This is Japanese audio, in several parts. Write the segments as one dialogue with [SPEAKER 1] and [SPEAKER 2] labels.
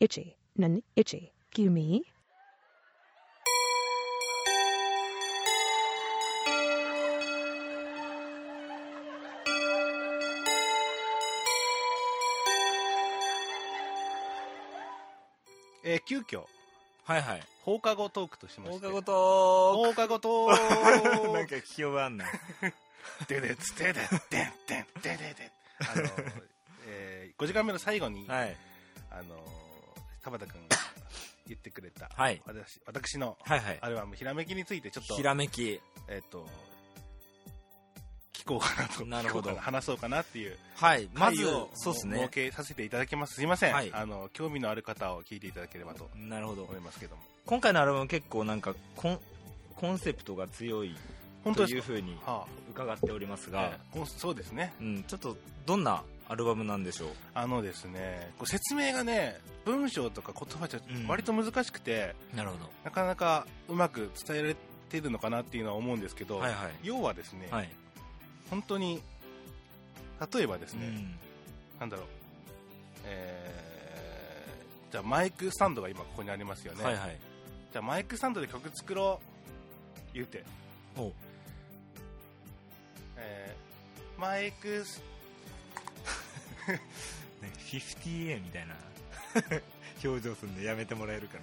[SPEAKER 1] itchy, nan itchy, gimme.
[SPEAKER 2] えー急遽、
[SPEAKER 3] はいはい。
[SPEAKER 2] 放課後トークとしまし
[SPEAKER 3] 放
[SPEAKER 2] て。
[SPEAKER 3] 課後と
[SPEAKER 2] 放課後ト
[SPEAKER 3] ーク なん
[SPEAKER 2] ーク
[SPEAKER 3] か聞き覚えあんな。
[SPEAKER 2] ででつでででんでんででであの、えー、5時間目の最後に、
[SPEAKER 3] はい。
[SPEAKER 2] あのー、田畑くんが言ってくれた、
[SPEAKER 3] はい
[SPEAKER 2] 私私の
[SPEAKER 3] はいはい。
[SPEAKER 2] アルバム、ひらめきについてちょっと、
[SPEAKER 3] ひらめき。
[SPEAKER 2] えっ、と、聞こうかなと。
[SPEAKER 3] なるほど
[SPEAKER 2] 聞こうか話そうかなっていう。
[SPEAKER 3] はい。まず
[SPEAKER 2] 会を、
[SPEAKER 3] そうで
[SPEAKER 2] 設
[SPEAKER 3] すね。
[SPEAKER 2] けさせていただきます。すいません。
[SPEAKER 3] はい
[SPEAKER 2] あの、興味のある方を聞いていただければと
[SPEAKER 3] なるほど
[SPEAKER 2] 思。いますけども。
[SPEAKER 3] 今回のアルバム結構なんかコン、コンセプトが強い
[SPEAKER 2] 本当で
[SPEAKER 3] と
[SPEAKER 2] す
[SPEAKER 3] いう
[SPEAKER 2] か
[SPEAKER 3] ふうに
[SPEAKER 2] は
[SPEAKER 3] 伺っております
[SPEAKER 2] あ、
[SPEAKER 3] が、
[SPEAKER 2] ええそうですね。
[SPEAKER 3] うん、ちょっとどんなアルバムなんでしょう
[SPEAKER 2] あのですね、こう説明がね、文章とか言葉じゃ
[SPEAKER 3] うん
[SPEAKER 2] 割と難しくて、
[SPEAKER 3] なるほ
[SPEAKER 2] なかなかうまく伝えられてるのかなっていうのは思うんですけど、
[SPEAKER 3] はいはい。
[SPEAKER 2] 要はですね、
[SPEAKER 3] はい。
[SPEAKER 2] 本当に、例えばです
[SPEAKER 3] う
[SPEAKER 2] ね、
[SPEAKER 3] ん。
[SPEAKER 2] なんだろう、えー、じゃあマイクスタンドが今ここにありますよね、
[SPEAKER 3] はいはい。
[SPEAKER 2] じゃあマイクスタンドで曲作ろう言うて、
[SPEAKER 3] ほ
[SPEAKER 2] えー、マイクス
[SPEAKER 3] う。ね、50A みたいな 表情するんでやめてもらえるか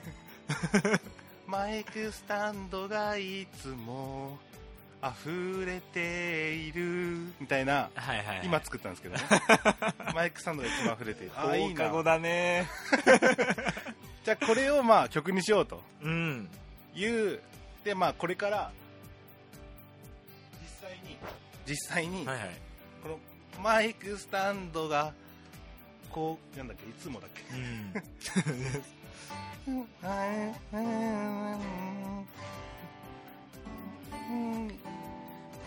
[SPEAKER 2] マイクスタンドがいつも溢れているみたいな
[SPEAKER 3] な。はいはい、はい。
[SPEAKER 2] 今作ったんですけどねマイクスタンドがいつも溢れているあーいい
[SPEAKER 3] 放課
[SPEAKER 2] な
[SPEAKER 3] 後だね。
[SPEAKER 2] じゃあこれをまあ曲にしようと
[SPEAKER 3] うん。
[SPEAKER 2] いうでまあこれから実際に実際に、
[SPEAKER 3] はいはい。
[SPEAKER 2] このマイクスタンドがこうなんだっけいつもだっけ
[SPEAKER 3] うん。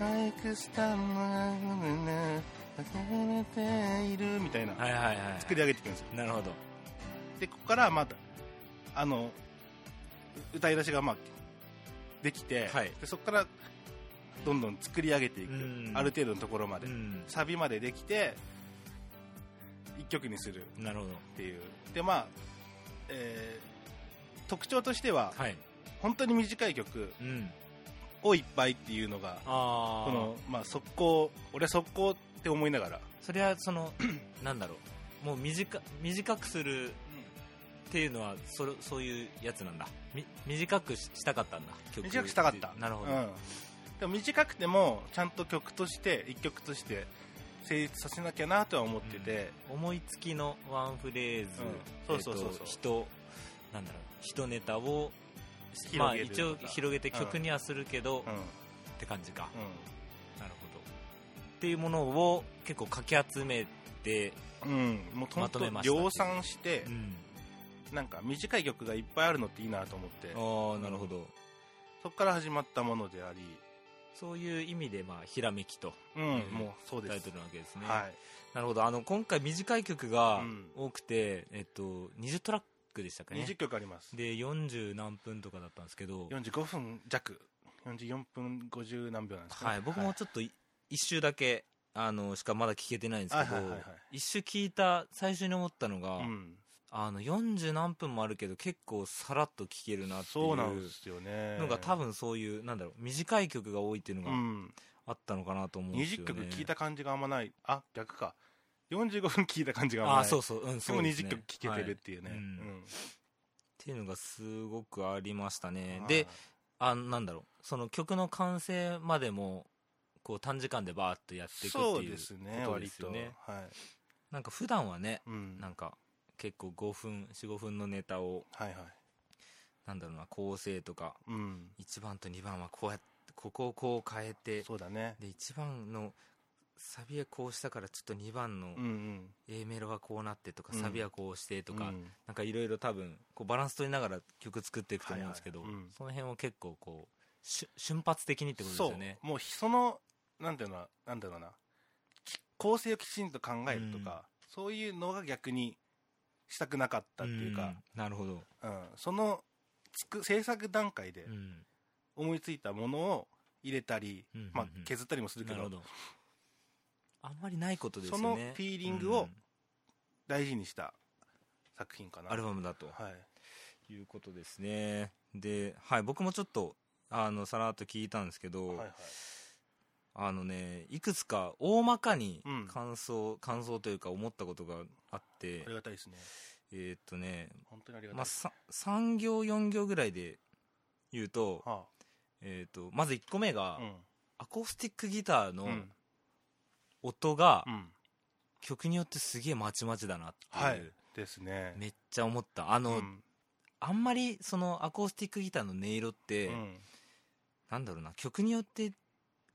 [SPEAKER 2] マイクスタンドが流れているみたいな
[SPEAKER 3] はいはいはい。
[SPEAKER 2] 作り上げていくんですよ
[SPEAKER 3] なるほど。
[SPEAKER 2] でここからまたあのう歌い出しがまあできて、
[SPEAKER 3] はい
[SPEAKER 2] でそこからどんどん作り上げていく、
[SPEAKER 3] うん
[SPEAKER 2] ある程度のところまで、
[SPEAKER 3] うん。
[SPEAKER 2] サビまでできて一曲にする
[SPEAKER 3] なるほど。
[SPEAKER 2] っていうでまあ、えー特徴としては、
[SPEAKER 3] はい。
[SPEAKER 2] 本当に短い曲
[SPEAKER 3] うん。
[SPEAKER 2] をいっぱいっていうのが
[SPEAKER 3] あ
[SPEAKER 2] この、まあ、速攻俺は速攻って思いながら、
[SPEAKER 3] それは そのなんだろうもう短短くするっていうのはそれそういうやつなんだみ短くししたかったんだ曲
[SPEAKER 2] 短くしたかった
[SPEAKER 3] なるほど、
[SPEAKER 2] うんでも短くてもちゃんと曲として一曲として成立させなきゃなとは思ってて、
[SPEAKER 3] 思いつきのワンフレーズ、
[SPEAKER 2] うんそうそうそうそう
[SPEAKER 3] えっと人なんだろう人ネタを
[SPEAKER 2] 広げる
[SPEAKER 3] まあ一応広げて曲にはするけ
[SPEAKER 2] う
[SPEAKER 3] ど、
[SPEAKER 2] ん
[SPEAKER 3] って感じか、なるほどっていうものを結構かき集めて、
[SPEAKER 2] うんうんもうほん
[SPEAKER 3] まとめ
[SPEAKER 2] と
[SPEAKER 3] ました
[SPEAKER 2] 量産して
[SPEAKER 3] う、ん、
[SPEAKER 2] なんか短い曲がいっぱいあるのっていいなと思って
[SPEAKER 3] ああなるほど
[SPEAKER 2] そこから始まったものであり
[SPEAKER 3] そういう意味でまあひらめきと
[SPEAKER 2] うん、
[SPEAKER 3] うん
[SPEAKER 2] もうそうで
[SPEAKER 3] タイ
[SPEAKER 2] す
[SPEAKER 3] トルなわけですね、
[SPEAKER 2] はい
[SPEAKER 3] なるほど。あの、今回短い曲が
[SPEAKER 2] うん
[SPEAKER 3] 多くて、えっと、20トラックでしたかね。
[SPEAKER 2] 20曲あります
[SPEAKER 3] で、40何分とかだったんですけど、
[SPEAKER 2] 45分弱44分50何秒なんですかね、
[SPEAKER 3] はい、僕もちょっとい一周だけ、あの、しかまだ聴けてないんですけど
[SPEAKER 2] はいはいはいはい、
[SPEAKER 3] 一周聴いた最初に思ったのが
[SPEAKER 2] う、ん、
[SPEAKER 3] あの、40何分もあるけど、結構さらっと聴けるなってい
[SPEAKER 2] そうなん
[SPEAKER 3] う
[SPEAKER 2] ですよね
[SPEAKER 3] のが多分そういう、なんだろう、短い曲が多いっていうの
[SPEAKER 2] う
[SPEAKER 3] が
[SPEAKER 2] ん、
[SPEAKER 3] あったのかなと思うんですよ
[SPEAKER 2] 20
[SPEAKER 3] ね。
[SPEAKER 2] 曲聴いた感じがあんまないあ逆か45分聴いた感じがあんま
[SPEAKER 3] あ
[SPEAKER 2] な
[SPEAKER 3] あ、
[SPEAKER 2] い
[SPEAKER 3] そうそう、うん、
[SPEAKER 2] で
[SPEAKER 3] そ
[SPEAKER 2] も
[SPEAKER 3] うです
[SPEAKER 2] 20
[SPEAKER 3] ね
[SPEAKER 2] 曲聴けてるっていうね、
[SPEAKER 3] はいうん
[SPEAKER 2] うん
[SPEAKER 3] っていうのがすごくありましたね
[SPEAKER 2] は。い
[SPEAKER 3] で、あなんだろうその曲の完成までもこう短時間でバーッとやっていくっていう
[SPEAKER 2] そうですね
[SPEAKER 3] ことで
[SPEAKER 2] 割
[SPEAKER 3] す
[SPEAKER 2] と
[SPEAKER 3] よね
[SPEAKER 2] はい、
[SPEAKER 3] なんか普段はね
[SPEAKER 2] うん、
[SPEAKER 3] な
[SPEAKER 2] はい
[SPEAKER 3] んか結構5分45分のネタを
[SPEAKER 2] はい
[SPEAKER 3] なんだろうな構成とか
[SPEAKER 2] うん
[SPEAKER 3] 1番と2番はこうやってここをこう変えて
[SPEAKER 2] そうだね
[SPEAKER 3] で1番のサビはこうしたからちょっと2番の
[SPEAKER 2] うんうん
[SPEAKER 3] A メロはこうなってとか
[SPEAKER 2] うん
[SPEAKER 3] サビはこうしてと
[SPEAKER 2] う
[SPEAKER 3] か、
[SPEAKER 2] ん
[SPEAKER 3] なんかいろいろ多分こうバランス取りながら曲作っていくと思うんですけど、
[SPEAKER 2] はいはいうん
[SPEAKER 3] その辺を結構こうし瞬発的にってことです
[SPEAKER 2] そ
[SPEAKER 3] よね
[SPEAKER 2] うもうそのなんていうのはなんていうのかなき構成をきちんと考えるとか、そういうのが逆にしたくなかったっていうか、
[SPEAKER 3] んなるほど、
[SPEAKER 2] うんそのつく制作段階で
[SPEAKER 3] うん
[SPEAKER 2] 思いついたものを入れたり、
[SPEAKER 3] うんうんうん
[SPEAKER 2] まあ、削ったりもするけ
[SPEAKER 3] な
[SPEAKER 2] ど
[SPEAKER 3] るほどあんまりないことですよ
[SPEAKER 2] その
[SPEAKER 3] ね
[SPEAKER 2] フィーリングを大事にした作品かな。
[SPEAKER 3] アルバムだと
[SPEAKER 2] はい。
[SPEAKER 3] いうことですねで、はい、僕もちょっとあのさらっと聞いたんですけど、
[SPEAKER 2] はいはい。
[SPEAKER 3] あのねいくつか大まかに
[SPEAKER 2] うん
[SPEAKER 3] 感想、感想というか思ったことがあって
[SPEAKER 2] ありがたいですね。
[SPEAKER 3] えーっとね、
[SPEAKER 2] 本当にありがたい
[SPEAKER 3] まあ、。さ3行4行ぐらいで言うと,、
[SPEAKER 2] は
[SPEAKER 3] えーっとまず1個目が
[SPEAKER 2] あ、、うん。
[SPEAKER 3] アコースティックギターの
[SPEAKER 2] うん。
[SPEAKER 3] 音が
[SPEAKER 2] うん。
[SPEAKER 3] 曲によってすげえまちまちだなっていう、
[SPEAKER 2] はい。ですね。
[SPEAKER 3] めっちゃ思ったあ
[SPEAKER 2] う
[SPEAKER 3] の、
[SPEAKER 2] ん。
[SPEAKER 3] あんまりそのアコースティックギターの音色って、
[SPEAKER 2] うん
[SPEAKER 3] なんだろうな曲によって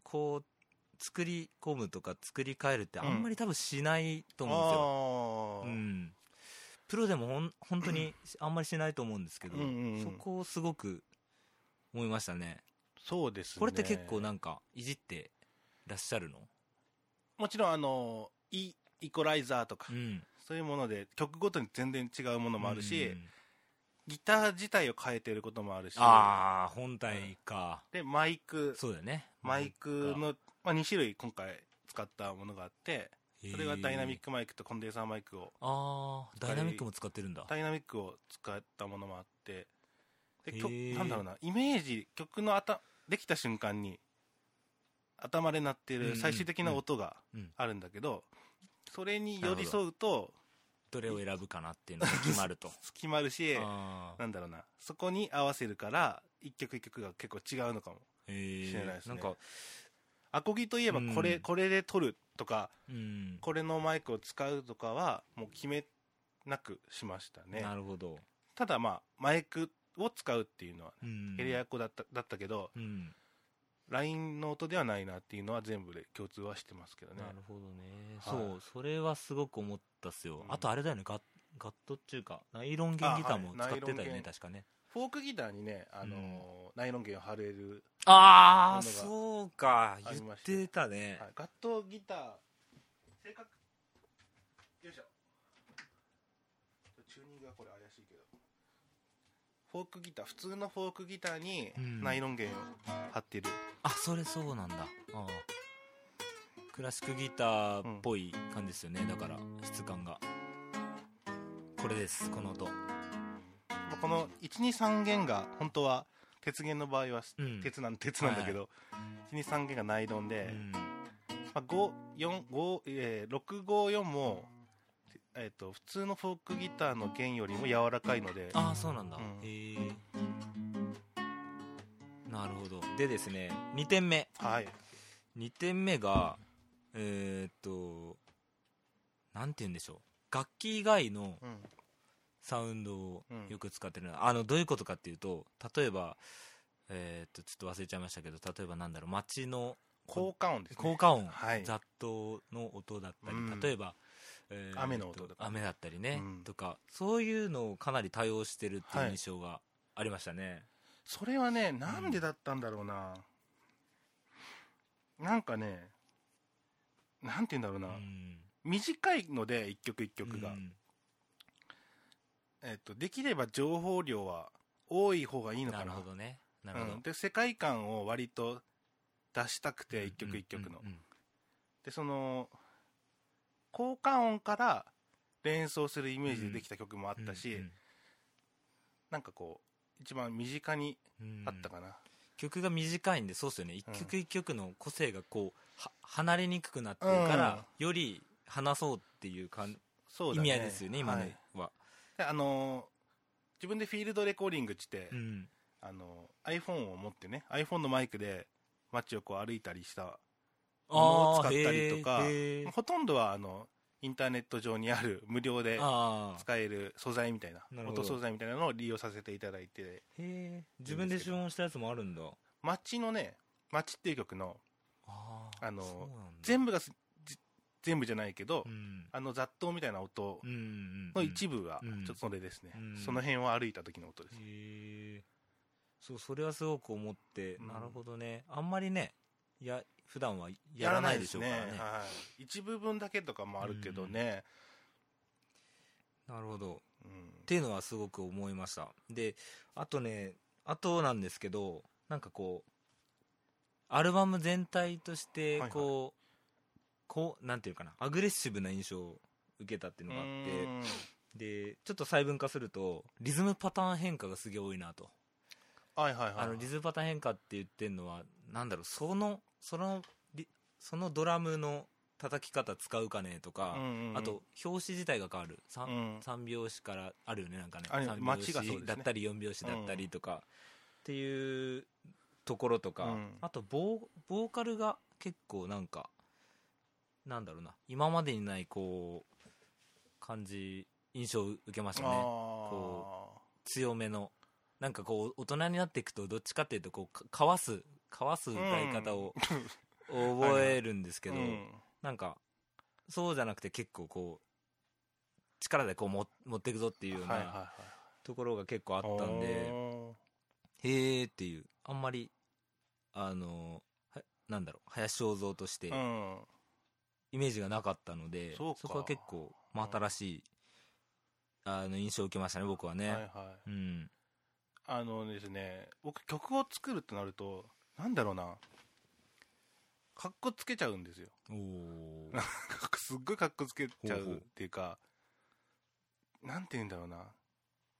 [SPEAKER 3] こう作り込むとか作り変えるってあんまり多分しないと思
[SPEAKER 2] あ
[SPEAKER 3] うんですよ、う
[SPEAKER 2] ー
[SPEAKER 3] んプロでもほん本 当にあんまりしないと思うんですけど、
[SPEAKER 2] うんうんうん
[SPEAKER 3] そこをすごく思いましたね
[SPEAKER 2] そうですね。
[SPEAKER 3] これって結構なんかいじってらっしゃるの
[SPEAKER 2] もちろん、あの、イ、イコライザーとか
[SPEAKER 3] う、ん
[SPEAKER 2] そういうもので、曲ごとに全然違うものもある
[SPEAKER 3] う
[SPEAKER 2] し、
[SPEAKER 3] ん
[SPEAKER 2] ギター自体を変えてることもあるし、
[SPEAKER 3] ああ本体か、
[SPEAKER 2] で、マイク、
[SPEAKER 3] そうだよね
[SPEAKER 2] マイクの、まあ、2種類今回使ったものがあって、それがダイナミッ
[SPEAKER 3] ク
[SPEAKER 2] クマイクとコンデンサーマイクを、
[SPEAKER 3] ああダイナミックも使ってるんだ
[SPEAKER 2] ダイナミックを使ったものもあって、で、
[SPEAKER 3] へ
[SPEAKER 2] 曲
[SPEAKER 3] ー
[SPEAKER 2] なんだろうな、イメージ、曲のあた、できた瞬間に、頭で鳴って
[SPEAKER 3] うんうん
[SPEAKER 2] る最終的な音が
[SPEAKER 3] うん
[SPEAKER 2] あるんだけど、それに寄り添うと、
[SPEAKER 3] どれを選ぶかなっていうのが決ま ると
[SPEAKER 2] 決まるし、
[SPEAKER 3] あー
[SPEAKER 2] なんだろうな、そこに合わせるから、一曲一曲が結構違うのかも。
[SPEAKER 3] へ
[SPEAKER 2] 知らないで
[SPEAKER 3] え
[SPEAKER 2] すね
[SPEAKER 3] なんか
[SPEAKER 2] アコギといえばこれ、
[SPEAKER 3] うん
[SPEAKER 2] これで撮るとか、
[SPEAKER 3] うん
[SPEAKER 2] これのマイクを使うとかは、もう決めなくしましたね。
[SPEAKER 3] なるほど
[SPEAKER 2] ただまあ、マイクを使うっていうのは、
[SPEAKER 3] うん
[SPEAKER 2] エレアコだっただったけど、
[SPEAKER 3] うん、
[SPEAKER 2] LINE の音ではないなっていうのは全部で共通はしてますけどね
[SPEAKER 3] な。るほどね、
[SPEAKER 2] はい
[SPEAKER 3] そうそれはすごく思ったっすよ、
[SPEAKER 2] うん
[SPEAKER 3] あとあれだよねガッガットっていうかナイロン弦ギターも
[SPEAKER 2] あは
[SPEAKER 3] 使
[SPEAKER 2] い
[SPEAKER 3] ってたよ
[SPEAKER 2] ナイロン
[SPEAKER 3] ね
[SPEAKER 2] 弦
[SPEAKER 3] 確かね
[SPEAKER 2] フォークギターにね、あのーナイロン弦を貼れる、
[SPEAKER 3] ああ
[SPEAKER 2] そういうのが
[SPEAKER 3] そうか
[SPEAKER 2] あり
[SPEAKER 3] 言っ
[SPEAKER 2] まして
[SPEAKER 3] てたね、
[SPEAKER 2] はい、ガットギター、正確、よいしょ。チューニングはこれ怪しいけど。フォークギター、普通のフォークギターに
[SPEAKER 3] うん
[SPEAKER 2] ナイロン弦を貼ってる。
[SPEAKER 3] あそれそうなんだあークラシックギターっぽい感じですよね、だから質感がこれですこの音
[SPEAKER 2] まあこの1、2、3弦が本当は鉄弦の場合は
[SPEAKER 3] うん
[SPEAKER 2] 鉄なん鉄なんだけど、1、2、3弦がナイロンで、
[SPEAKER 3] うん
[SPEAKER 2] まあ、5 4 5えー、654も、えー、と普通のフォークギターの弦よりも柔らかいので
[SPEAKER 3] ああそうなんだ、
[SPEAKER 2] うん
[SPEAKER 3] へえなるほどでですね2点目
[SPEAKER 2] はい
[SPEAKER 3] 2点目がえーっとなんて言うんでしょう楽器以外の
[SPEAKER 2] うん
[SPEAKER 3] サウンドを
[SPEAKER 2] うん
[SPEAKER 3] よく使ってるな、あのどういうことかっていうと例えばえーっとちょっと忘れちゃいましたけど例えばなんだろう街の
[SPEAKER 2] 効果音ですね
[SPEAKER 3] 効果音、
[SPEAKER 2] はい
[SPEAKER 3] 雑踏の音だったり、
[SPEAKER 2] うん
[SPEAKER 3] 例えば、えー
[SPEAKER 2] 雨の音とか
[SPEAKER 3] 雨だったりね、
[SPEAKER 2] うん
[SPEAKER 3] とかそういうのをかなり多用してるっていう
[SPEAKER 2] はい
[SPEAKER 3] 印象がありましたね、
[SPEAKER 2] それはねなんでだったんだろうな、なんかねなんて言うんだろうな、
[SPEAKER 3] うん
[SPEAKER 2] 短いので一曲一曲が、
[SPEAKER 3] うん
[SPEAKER 2] えー、とできれば情報量は多い方がいいのか
[SPEAKER 3] な
[SPEAKER 2] な
[SPEAKER 3] るほどねなるほど、
[SPEAKER 2] うん、で世界観を割と出したくて一曲一曲の、
[SPEAKER 3] うんうん
[SPEAKER 2] でその効果音から連想するイメージでできた曲もあ
[SPEAKER 3] う
[SPEAKER 2] っ
[SPEAKER 3] ん
[SPEAKER 2] たし、
[SPEAKER 3] うん
[SPEAKER 2] なんかこう一番身近に
[SPEAKER 3] うん
[SPEAKER 2] あったかな、
[SPEAKER 3] 曲が短いんでそうっすよね一
[SPEAKER 2] うん
[SPEAKER 3] 曲一曲の個性がこうは離れにくくなってるから、より話そうっていうかん
[SPEAKER 2] そう
[SPEAKER 3] 意
[SPEAKER 2] だね
[SPEAKER 3] 味合いですよね今の
[SPEAKER 2] はい
[SPEAKER 3] は、
[SPEAKER 2] であのー自分でフィールドレコーディングして、
[SPEAKER 3] うん
[SPEAKER 2] あのー iPhone を持ってね iPhone のマイクで街をこう歩いたりした物を使ったりとか
[SPEAKER 3] あーへーへー
[SPEAKER 2] ほとんどはあのインターネット上にある無料で
[SPEAKER 3] あー
[SPEAKER 2] 使える素材みたいな
[SPEAKER 3] なるほど
[SPEAKER 2] 音素材みたいなのを利用させていただいて
[SPEAKER 3] へー自分で注文したやつもあるんだ
[SPEAKER 2] 街のね街っていう曲の
[SPEAKER 3] あー
[SPEAKER 2] あの
[SPEAKER 3] そうなんだ
[SPEAKER 2] 全部がすじ全部じゃないけど、
[SPEAKER 3] うん
[SPEAKER 2] あの雑踏みたいな音
[SPEAKER 3] うんうん
[SPEAKER 2] の一部は
[SPEAKER 3] うん
[SPEAKER 2] ちょっとそれですね、
[SPEAKER 3] うん
[SPEAKER 2] その辺を歩いた時の音です、
[SPEAKER 3] へえそうそれはすごく思って、
[SPEAKER 2] うん
[SPEAKER 3] なるほどねあんまりねや普段はや
[SPEAKER 2] や
[SPEAKER 3] ら
[SPEAKER 2] ら
[SPEAKER 3] な
[SPEAKER 2] ないい
[SPEAKER 3] で
[SPEAKER 2] で
[SPEAKER 3] し
[SPEAKER 2] す
[SPEAKER 3] ょう
[SPEAKER 2] ね
[SPEAKER 3] からね
[SPEAKER 2] はい、一部分だけとかもあるけどね、
[SPEAKER 3] なるほど
[SPEAKER 2] うん
[SPEAKER 3] っていうのはすごく思いましたであとねあとなんですけどなんかこうアルバム全体として
[SPEAKER 2] はいはい
[SPEAKER 3] こう、こうなんていうかなアグレッシブな印象を受けたっていうのがあって
[SPEAKER 2] うん
[SPEAKER 3] でちょっと細分化するとリズムパターン変化がすげえ多いなと
[SPEAKER 2] はいはいはい
[SPEAKER 3] あのリズムパターン変化って言ってるのはなんだろうそのそのリそのドラムの叩き方使うかねとか、
[SPEAKER 2] うんうんうん
[SPEAKER 3] あと表紙自体が変わる 3,、
[SPEAKER 2] うん
[SPEAKER 3] 三拍子からあるよねなんかね
[SPEAKER 2] ある
[SPEAKER 3] 三拍
[SPEAKER 2] 街がそうです
[SPEAKER 3] 子
[SPEAKER 2] ね
[SPEAKER 3] だったり4拍子だったりとか、っていうところとか、
[SPEAKER 2] うん
[SPEAKER 3] あとボーボーカルが結構なんかなんだろうな今までにないこう感じ印象を受けましたね
[SPEAKER 2] あ
[SPEAKER 3] 強めのなんかこう大人になっていくとどっちかっていうとこうかかわすかわす歌い方を覚えるんです
[SPEAKER 2] ー
[SPEAKER 3] けど、
[SPEAKER 2] うん
[SPEAKER 3] なんかそうじゃなくて結構こう力でこうも持っていくぞっていうよう
[SPEAKER 2] はいはい
[SPEAKER 3] な
[SPEAKER 2] は
[SPEAKER 3] ところが結構あ
[SPEAKER 2] い
[SPEAKER 3] ったんで、
[SPEAKER 2] お
[SPEAKER 3] へえっていうあんまりあのはなんだろう林正蔵として
[SPEAKER 2] ーうん
[SPEAKER 3] イメージがなかったので、
[SPEAKER 2] そうか
[SPEAKER 3] こは結構、まあ、新しい、あの印象を受けましたね僕はね、
[SPEAKER 2] はいはい
[SPEAKER 3] うん
[SPEAKER 2] あのですね、僕曲を作るってなると、なんだろうな、かっこつけちゃうんですよ。
[SPEAKER 3] おお
[SPEAKER 2] なんかすっごいかっこつけちゃ
[SPEAKER 3] ほうほ
[SPEAKER 2] う
[SPEAKER 3] う
[SPEAKER 2] っていうか、なんて言うんだろうな。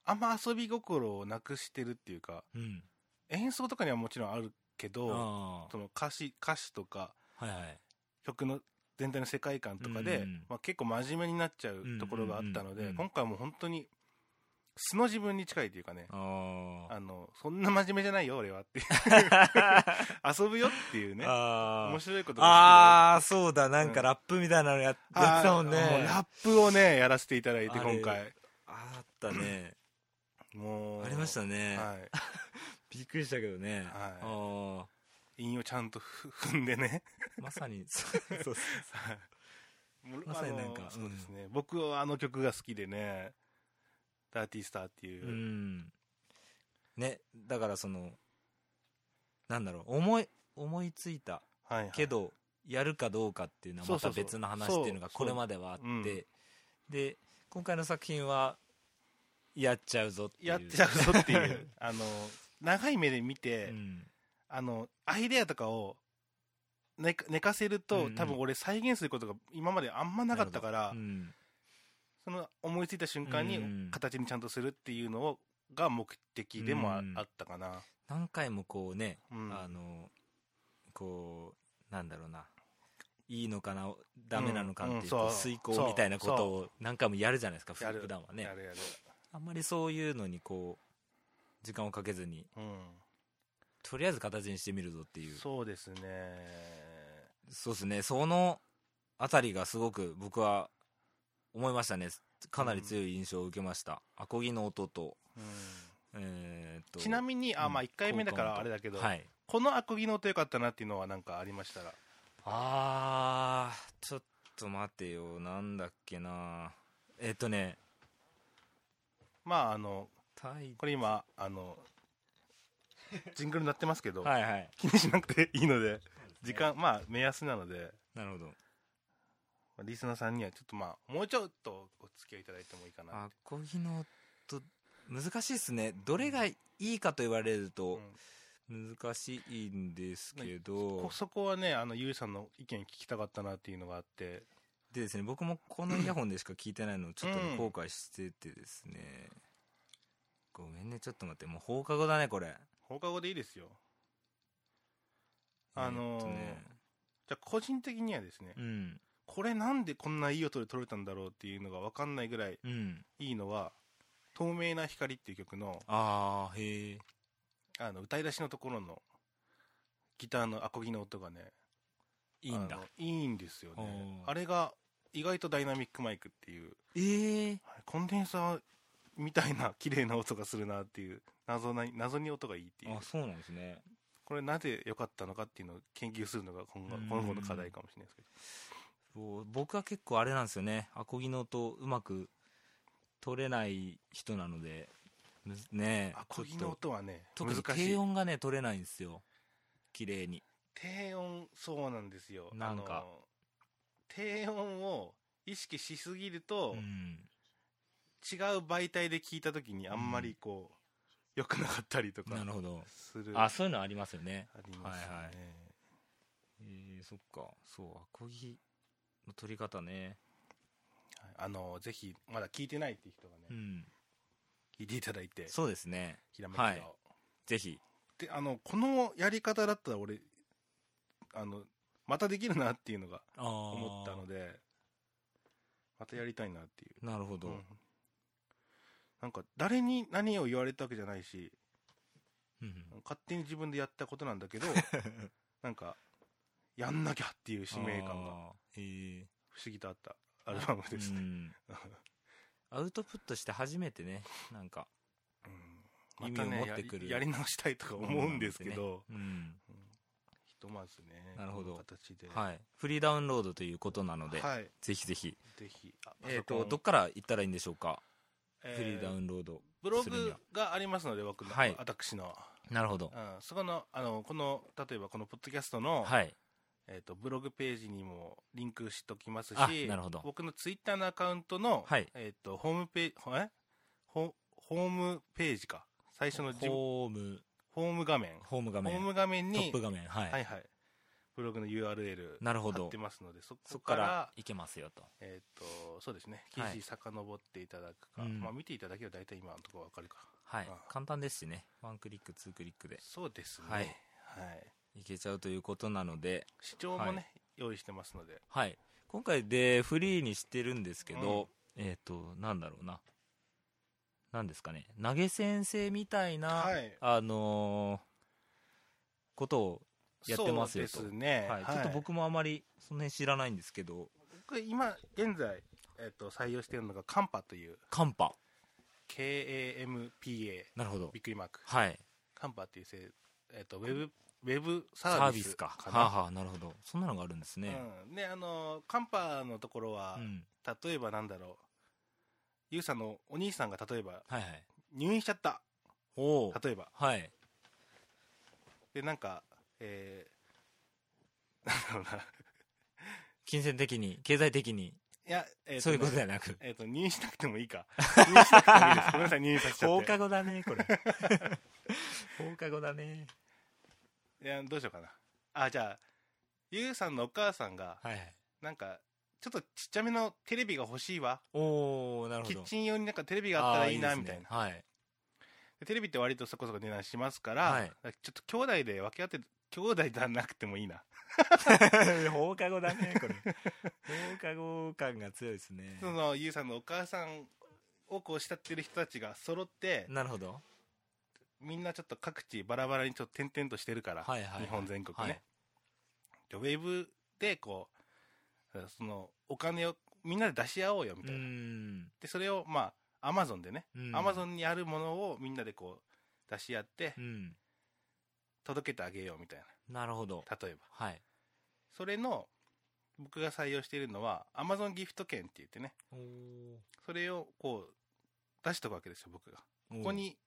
[SPEAKER 2] あんま遊び心をなくしてるっていうか、
[SPEAKER 3] うん
[SPEAKER 2] 演奏とかにはもちろんあるけど、
[SPEAKER 3] あ
[SPEAKER 2] その歌詞、歌詞とか、
[SPEAKER 3] あはいはい
[SPEAKER 2] 曲の全体の世界観とかで、
[SPEAKER 3] うんうん
[SPEAKER 2] まあ、結構真面目になっちゃうところがあったので、
[SPEAKER 3] うんうんうん
[SPEAKER 2] 今回はもう本当に素の自分に近いというかね、
[SPEAKER 3] ああ
[SPEAKER 2] あの、そんな真面目じゃないよ、俺はっていう。遊ぶよっていう ね。
[SPEAKER 3] あ
[SPEAKER 2] 面
[SPEAKER 3] ー
[SPEAKER 2] 白いことが
[SPEAKER 3] あーそうだなんかラップみたいなのや,、
[SPEAKER 2] 好きで
[SPEAKER 3] やってたもんね
[SPEAKER 2] あーうラップをね、やらせていただいて、
[SPEAKER 3] あれ
[SPEAKER 2] 今回。
[SPEAKER 3] あったね
[SPEAKER 2] もう。
[SPEAKER 3] ありましたね、
[SPEAKER 2] はい。
[SPEAKER 3] びっくりしたけどね、ああ
[SPEAKER 2] 韻をちゃんとふ踏んでね。
[SPEAKER 3] ーまさにそうそうそう
[SPEAKER 2] はいもう
[SPEAKER 3] まさになん
[SPEAKER 2] あ
[SPEAKER 3] か
[SPEAKER 2] の
[SPEAKER 3] うん
[SPEAKER 2] そうですね。僕はあの曲が好きでね、ダーティースターっていうう。
[SPEAKER 3] んねだからそのなんだろう思い思いついた
[SPEAKER 2] はいはい
[SPEAKER 3] け、どやるかどうかっていうのは
[SPEAKER 2] そう
[SPEAKER 3] ま
[SPEAKER 2] そ
[SPEAKER 3] た
[SPEAKER 2] うそう
[SPEAKER 3] 別の話っていうのが
[SPEAKER 2] そうそ
[SPEAKER 3] こ
[SPEAKER 2] う
[SPEAKER 3] れまではあっ
[SPEAKER 2] うん
[SPEAKER 3] てで今回の作品はやっちゃうぞっていう
[SPEAKER 2] やっちゃうぞっていう。 あの、長い目で見て、
[SPEAKER 3] うん
[SPEAKER 2] あの、アイデアとかを寝か寝かせると、
[SPEAKER 3] うんうん
[SPEAKER 2] 多分俺再現することが今まであんまなかったから、
[SPEAKER 3] うん
[SPEAKER 2] その思いついた瞬間
[SPEAKER 3] う
[SPEAKER 2] に
[SPEAKER 3] ん
[SPEAKER 2] 形にちゃんとするっていうのをが目的でもあ,、
[SPEAKER 3] うん
[SPEAKER 2] あったかな。
[SPEAKER 3] 何回もこうね
[SPEAKER 2] うん
[SPEAKER 3] あのこうなんだろうないいのかなダメなのかっていう
[SPEAKER 2] うん
[SPEAKER 3] こう
[SPEAKER 2] そう
[SPEAKER 3] 遂行みたいなことを何回もやるじゃないですか
[SPEAKER 2] やる
[SPEAKER 3] 普段はね
[SPEAKER 2] やるやる。
[SPEAKER 3] あんまりそういうのにこう時間をかけずに
[SPEAKER 2] う
[SPEAKER 3] とりあえず形にしてみるぞってい
[SPEAKER 2] ん。
[SPEAKER 3] う
[SPEAKER 2] そうですね。
[SPEAKER 3] そうですね、そのあたりがすごく僕は思いましたね。かなり強い印象を受けました。アコギの音と、
[SPEAKER 2] うん
[SPEAKER 3] えーっと。
[SPEAKER 2] ちなみに、あ、
[SPEAKER 3] うん
[SPEAKER 2] まあ1回目だか
[SPEAKER 3] 効
[SPEAKER 2] ら
[SPEAKER 3] 果音と
[SPEAKER 2] あれだけど、
[SPEAKER 3] はい。
[SPEAKER 2] このアコギの音良かったなっていうのはなんかありましたら。
[SPEAKER 3] あー、ちょっと待てよ、なんだっけなえーっとね、
[SPEAKER 2] まああの、
[SPEAKER 3] タイ
[SPEAKER 2] これ今、あの、ジングル鳴ってますけど、
[SPEAKER 3] はいはい。
[SPEAKER 2] 気にしなくていいので、時間、まあ目安なので、
[SPEAKER 3] なるほど。
[SPEAKER 2] まあリスナーさんにはちょっとまあ、もうちょっとお付き合いいただいてもいいかな
[SPEAKER 3] ア。コギの音、難しいっすね。どれがいいかと言われると
[SPEAKER 2] うん
[SPEAKER 3] 難しいんですけ
[SPEAKER 2] こ
[SPEAKER 3] ど、
[SPEAKER 2] そこはね、あの、ゆうさんの意見聞きたかったなっていうのがあって、
[SPEAKER 3] でですね、僕もこのイヤホンでしか聞いてないのをちょっとね、
[SPEAKER 2] うん
[SPEAKER 3] 後悔しててですね。ごめんね、ちょっと待って、もう放課後だね、これ。
[SPEAKER 2] 放課後でいいですよ。あのー
[SPEAKER 3] えっとね
[SPEAKER 2] じゃあ個人的にはですね、
[SPEAKER 3] うん、
[SPEAKER 2] これなんでこんないい音で撮れたんだろうっていうのがわかんないぐらい
[SPEAKER 3] うん。
[SPEAKER 2] いいのは、透明な光っていう曲の、
[SPEAKER 3] あー、へえ。
[SPEAKER 2] あの、歌い出しのところの、ギターのアコギの音がね、
[SPEAKER 3] いいんだ
[SPEAKER 2] あの。いいんですよね。
[SPEAKER 3] おー
[SPEAKER 2] あれが、意外とダイナミックマイクっていう、
[SPEAKER 3] えー、
[SPEAKER 2] はいコンデンサーみたいな綺麗な音がするなっていう、謎な、謎に音がいいっていう
[SPEAKER 3] あ、。そうなんですね。
[SPEAKER 2] これなぜ良かったのかっていうのを研究するのが今後
[SPEAKER 3] うん
[SPEAKER 2] 今後の課題かもしれないですけど
[SPEAKER 3] そう僕は結構あれなんですよね。アコギの音、うまく取れない人なので、むずねえ
[SPEAKER 2] アコギの
[SPEAKER 3] ちょっ
[SPEAKER 2] 音
[SPEAKER 3] と
[SPEAKER 2] はね
[SPEAKER 3] 特
[SPEAKER 2] 難
[SPEAKER 3] に
[SPEAKER 2] し
[SPEAKER 3] 低
[SPEAKER 2] い
[SPEAKER 3] 音がね、取れないんですよ。綺麗に。
[SPEAKER 2] 低音そうなんですよ
[SPEAKER 3] なん
[SPEAKER 2] あ
[SPEAKER 3] か
[SPEAKER 2] の低音を意識しすぎると、
[SPEAKER 3] うん。
[SPEAKER 2] 違う媒体で聞いた時にあんまりこう良くなかったりとか
[SPEAKER 3] なるほど。
[SPEAKER 2] する
[SPEAKER 3] あ、そういうのありますよね。
[SPEAKER 2] ありますね、
[SPEAKER 3] はいはいえー、そっかそうアコギの取り方ね
[SPEAKER 2] あのぜひまだ聞いてないっていう人がね、
[SPEAKER 3] うん、
[SPEAKER 2] 聞いていただいて
[SPEAKER 3] そうですね
[SPEAKER 2] ひらめきがを、
[SPEAKER 3] はいぜひ
[SPEAKER 2] であのこのやり方だったら俺あのまたできるなっていうのが思
[SPEAKER 3] 思
[SPEAKER 2] ったのでまたやりたいなっていう、
[SPEAKER 3] なるほど、
[SPEAKER 2] うんなんか誰に何を言われたわけじゃないし
[SPEAKER 3] うん
[SPEAKER 2] 勝手に自分でやったことなんだけ どなんかやんなきゃっていう使命感が
[SPEAKER 3] あーへえ
[SPEAKER 2] 不思議とあったアルバムです
[SPEAKER 3] う
[SPEAKER 2] ね、
[SPEAKER 3] んアウトプットして初めてねなんか
[SPEAKER 2] うん
[SPEAKER 3] 意
[SPEAKER 2] ま
[SPEAKER 3] 味
[SPEAKER 2] た
[SPEAKER 3] を
[SPEAKER 2] ね
[SPEAKER 3] 持ってくる
[SPEAKER 2] やりやり直したいとか思うんですけど、
[SPEAKER 3] うん
[SPEAKER 2] うんひとまずね
[SPEAKER 3] なるほど
[SPEAKER 2] この形では
[SPEAKER 3] はいフリーダウンロードということなので、
[SPEAKER 2] はい
[SPEAKER 3] ぜひぜひ
[SPEAKER 2] ぜひあ
[SPEAKER 3] えっ、
[SPEAKER 2] パ
[SPEAKER 3] と
[SPEAKER 2] ソコン
[SPEAKER 3] どっから行ったらいいんでしょうか、
[SPEAKER 2] えー
[SPEAKER 3] フリーダウンロード
[SPEAKER 2] ブロ
[SPEAKER 3] するに
[SPEAKER 2] グ
[SPEAKER 3] は
[SPEAKER 2] がありますので僕の、
[SPEAKER 3] はい
[SPEAKER 2] 私の、
[SPEAKER 3] なるほど
[SPEAKER 2] うん、そこのあのこの例えばこのポッドキャストの、
[SPEAKER 3] はい
[SPEAKER 2] えー、とブログページにもリンクしときます
[SPEAKER 3] あ
[SPEAKER 2] し
[SPEAKER 3] なるほど
[SPEAKER 2] 僕のツイッターのアカウントの、
[SPEAKER 3] はい
[SPEAKER 2] えー、とホームページえホホームページか最初の自分ホ
[SPEAKER 3] ホーム
[SPEAKER 2] ーム画面
[SPEAKER 3] ホーム画
[SPEAKER 2] ホー
[SPEAKER 3] 面
[SPEAKER 2] ム画面
[SPEAKER 3] トッ
[SPEAKER 2] に
[SPEAKER 3] プ画面はい、
[SPEAKER 2] はいはいブログの URL
[SPEAKER 3] なるほ
[SPEAKER 2] 貼っ
[SPEAKER 3] ど
[SPEAKER 2] てますのでそ
[SPEAKER 3] そ
[SPEAKER 2] こ
[SPEAKER 3] こか
[SPEAKER 2] から
[SPEAKER 3] ら行けますよと
[SPEAKER 2] えー、とそうですね記
[SPEAKER 3] はい
[SPEAKER 2] 事遡っていただくか、
[SPEAKER 3] うん
[SPEAKER 2] まあ、見ていただければ大体今のところわかるか
[SPEAKER 3] はい
[SPEAKER 2] あ
[SPEAKER 3] 簡単ですしねワンクリックツークリックで
[SPEAKER 2] そうですね、
[SPEAKER 3] は
[SPEAKER 2] はいい
[SPEAKER 3] 行けちゃうということなので
[SPEAKER 2] 視聴もね、
[SPEAKER 3] は
[SPEAKER 2] 用意してますので
[SPEAKER 3] はい今回でフリーにしてるんですけど、えっ、となんだろうななんですかね投げ先生みたいな、
[SPEAKER 2] はい
[SPEAKER 3] あのーことをやってますよと
[SPEAKER 2] そうですね、
[SPEAKER 3] はい、ちょっと僕もあまりその辺知らないんですけど
[SPEAKER 2] 僕今現在、えっと採用しているのがカンパという
[SPEAKER 3] カンパ
[SPEAKER 2] KAMPA ビ
[SPEAKER 3] なるほど
[SPEAKER 2] ックリマーク
[SPEAKER 3] はい
[SPEAKER 2] カンパっていうせい、えっとウェブウェブサ
[SPEAKER 3] サー
[SPEAKER 2] ー
[SPEAKER 3] ビ
[SPEAKER 2] ビ
[SPEAKER 3] ス
[SPEAKER 2] ス
[SPEAKER 3] か
[SPEAKER 2] か
[SPEAKER 3] はあ、
[SPEAKER 2] な
[SPEAKER 3] はあ、なるほどそんなのがあるんですね、
[SPEAKER 2] うん、であのカンパのところは、
[SPEAKER 3] うん
[SPEAKER 2] 例えばなんだろうゆうさんのお兄さんが例えば
[SPEAKER 3] はいはい
[SPEAKER 2] 入院しちゃった
[SPEAKER 3] おお
[SPEAKER 2] 例えば
[SPEAKER 3] はい
[SPEAKER 2] でなんかえー、なんだろうな
[SPEAKER 3] 金銭的に経済的に、
[SPEAKER 2] いや、えっ
[SPEAKER 3] そういうこと
[SPEAKER 2] ね
[SPEAKER 3] ではなく
[SPEAKER 2] えっ、と、入院しなくてもいいか。入院しなくてもいいです。ごめんなさい、入院させちゃ
[SPEAKER 3] 放
[SPEAKER 2] って
[SPEAKER 3] 課。後だね これ放課後だね
[SPEAKER 2] いや、どうしようかな。あ、じゃあ、ゆうさんのお母さんが、
[SPEAKER 3] はいはい
[SPEAKER 2] なんか、ちょっとちっちゃめのテレビが欲しいわ。
[SPEAKER 3] おおなるほ
[SPEAKER 2] キ
[SPEAKER 3] ど
[SPEAKER 2] ッチン用になんかテレビがあったらいいな、
[SPEAKER 3] あー
[SPEAKER 2] み
[SPEAKER 3] です
[SPEAKER 2] たい
[SPEAKER 3] ね
[SPEAKER 2] な
[SPEAKER 3] はい
[SPEAKER 2] でテレビって割とそこそこ値段しますから、
[SPEAKER 3] は
[SPEAKER 2] だ
[SPEAKER 3] い
[SPEAKER 2] からちょっと兄弟で分け合って、兄弟じゃなくてもいいな。
[SPEAKER 3] 放課後だねこれ放課後感が強いですね
[SPEAKER 2] その、ゆうさんのお母さんをこう慕ってる人たちが揃って、
[SPEAKER 3] なるほど
[SPEAKER 2] みんなちょっと各地バラバラにちょっと点々としてるから、
[SPEAKER 3] はいはいはい
[SPEAKER 2] 日本全国ね、
[SPEAKER 3] はい
[SPEAKER 2] でウェブでこうそのお金をみんなで出し合おうよみ
[SPEAKER 3] う
[SPEAKER 2] たいな、
[SPEAKER 3] ん
[SPEAKER 2] でそれをまあアマゾンでね
[SPEAKER 3] うん
[SPEAKER 2] アマゾンにあるものをみんなでこう出し合って
[SPEAKER 3] うん
[SPEAKER 2] 届けてあげようみたい
[SPEAKER 3] なるほど
[SPEAKER 2] な例えば
[SPEAKER 3] はい
[SPEAKER 2] それの僕が採用しているのはアマゾンギフト券って言ってね
[SPEAKER 3] おー
[SPEAKER 2] それをこう出しとくわけですよ僕がここに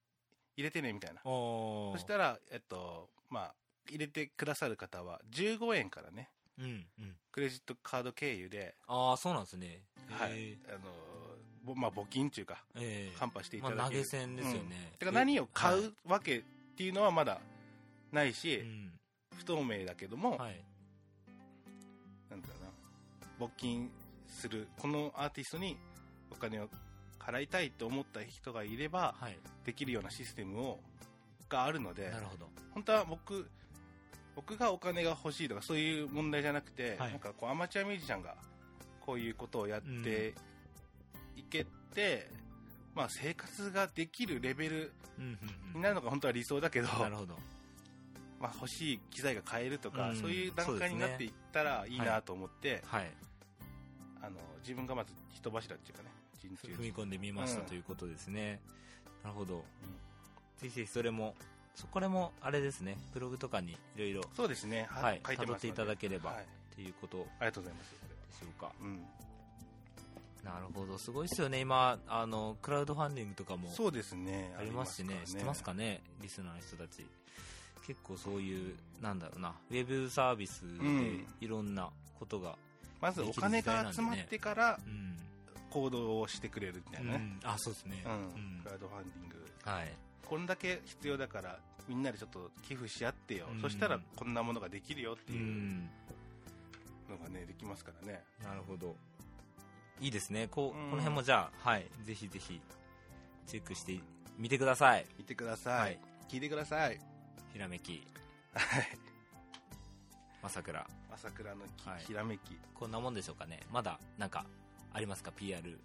[SPEAKER 2] 入れてねみたいな
[SPEAKER 3] お
[SPEAKER 2] そしたらえっとまあ入れてくださる方は15円からね
[SPEAKER 3] うんうん
[SPEAKER 2] クレジットカード経由で、
[SPEAKER 3] ああそうなんですね
[SPEAKER 2] はい
[SPEAKER 3] へー
[SPEAKER 2] あのぼまあ、募金っていうか、
[SPEAKER 3] ええ
[SPEAKER 2] カンパしていただける、
[SPEAKER 3] まあ、投げ銭ですよね、
[SPEAKER 2] だから何を買
[SPEAKER 3] は
[SPEAKER 2] うわけっていうのはまだないし、
[SPEAKER 3] いうん
[SPEAKER 2] 不透明だけども、
[SPEAKER 3] はい
[SPEAKER 2] なんだろうな募金するこのアーティストにお金を払いたいと思った人がいれば
[SPEAKER 3] はい
[SPEAKER 2] できるようなシステムをがあるので
[SPEAKER 3] なるほど
[SPEAKER 2] 本当は僕僕がお金が欲しいとかそういう問題じゃなくて、
[SPEAKER 3] はい
[SPEAKER 2] なんかこうアマチュアミュージシャンがこういうことをやっていけて、まあ、生活ができるレベル
[SPEAKER 3] うんうんう
[SPEAKER 2] に
[SPEAKER 3] ん
[SPEAKER 2] なるのが本当は理想だけど、
[SPEAKER 3] なるほど
[SPEAKER 2] まあ、欲しい機材が買えるとか、
[SPEAKER 3] うん
[SPEAKER 2] そういう段階になっていったらいいなと思って、
[SPEAKER 3] はい
[SPEAKER 2] あの自分がまず人柱っていうかね人中
[SPEAKER 3] 踏み込んでみました
[SPEAKER 2] うん
[SPEAKER 3] ということですね、なるほどぜひぜひそれもそこれもあれですねブログとかにいろいろ
[SPEAKER 2] そうですね
[SPEAKER 3] はい
[SPEAKER 2] 書いてますので
[SPEAKER 3] 辿っていただければ
[SPEAKER 2] はい
[SPEAKER 3] っていうことで
[SPEAKER 2] ありがとうございますそれは
[SPEAKER 3] しょうか
[SPEAKER 2] うん
[SPEAKER 3] なるほどすごいですよね今あのクラウドファンディングとかも
[SPEAKER 2] そうですね
[SPEAKER 3] ありますしね知ってますかねリスナーの人たち結構そういうなんだろうなウェブサービスで
[SPEAKER 2] うん
[SPEAKER 3] いろんなことが
[SPEAKER 2] まずお金が集まってから行動をしてくれるみた
[SPEAKER 3] う
[SPEAKER 2] い
[SPEAKER 3] ん、
[SPEAKER 2] なね、
[SPEAKER 3] あそうですね、
[SPEAKER 2] うん
[SPEAKER 3] うん
[SPEAKER 2] クラウドファンディング
[SPEAKER 3] はい
[SPEAKER 2] こんだけ必要だからみんなでちょっと寄付し合ってよ、
[SPEAKER 3] うん
[SPEAKER 2] そしたらこんなものができるよって
[SPEAKER 3] う
[SPEAKER 2] いうんのがねできますからね
[SPEAKER 3] なるほどいいですねこう、
[SPEAKER 2] うん
[SPEAKER 3] この辺もじゃあ、はい、ぜひぜひチェックしてみてください
[SPEAKER 2] 見てください、
[SPEAKER 3] は
[SPEAKER 2] 聞いてください
[SPEAKER 3] ひらめき
[SPEAKER 2] はい
[SPEAKER 3] 朝倉
[SPEAKER 2] 朝倉のき、
[SPEAKER 3] はい
[SPEAKER 2] ひらめき
[SPEAKER 3] こんなもんでしょうかねまだなんかありますか PR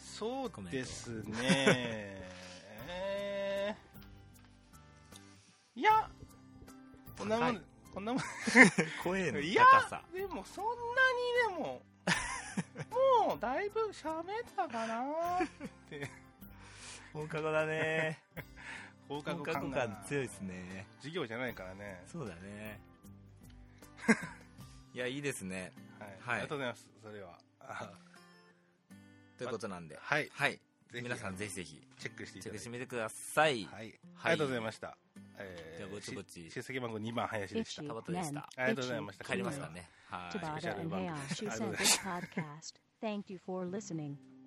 [SPEAKER 2] そう
[SPEAKER 3] コメント
[SPEAKER 2] ですねえーいやこんなも
[SPEAKER 3] 高い
[SPEAKER 2] んこんなもん
[SPEAKER 3] 声
[SPEAKER 2] いや
[SPEAKER 3] 高さ
[SPEAKER 2] でもそんなにでももうだいぶ喋ったかなって
[SPEAKER 3] 放課後だね
[SPEAKER 2] 放
[SPEAKER 3] 放課後感強いですね
[SPEAKER 2] 授業じゃないからね
[SPEAKER 3] そうだね いやいいですね
[SPEAKER 2] はい、
[SPEAKER 3] はい
[SPEAKER 2] ありがとうございますそれはあ
[SPEAKER 3] ということなんで
[SPEAKER 2] はい
[SPEAKER 3] はい
[SPEAKER 2] ぜひ
[SPEAKER 3] 皆さんぜひぜひ
[SPEAKER 2] チェックしてい
[SPEAKER 3] チ
[SPEAKER 2] ただ
[SPEAKER 3] ェック
[SPEAKER 2] い
[SPEAKER 3] しててみてください、
[SPEAKER 2] はい、
[SPEAKER 3] はい
[SPEAKER 2] ありがとうございました、え
[SPEAKER 3] じゃあぼちぼち
[SPEAKER 2] し出席番号2番林でした
[SPEAKER 3] タ
[SPEAKER 1] Itchy
[SPEAKER 3] バトでした
[SPEAKER 2] ありがとうございました
[SPEAKER 3] 帰りますかねはい
[SPEAKER 2] Tabata
[SPEAKER 1] Tabata
[SPEAKER 2] and
[SPEAKER 1] and Hayashi
[SPEAKER 2] Hayashi sent
[SPEAKER 1] sent
[SPEAKER 2] this
[SPEAKER 1] this podcast. Thank you for listening.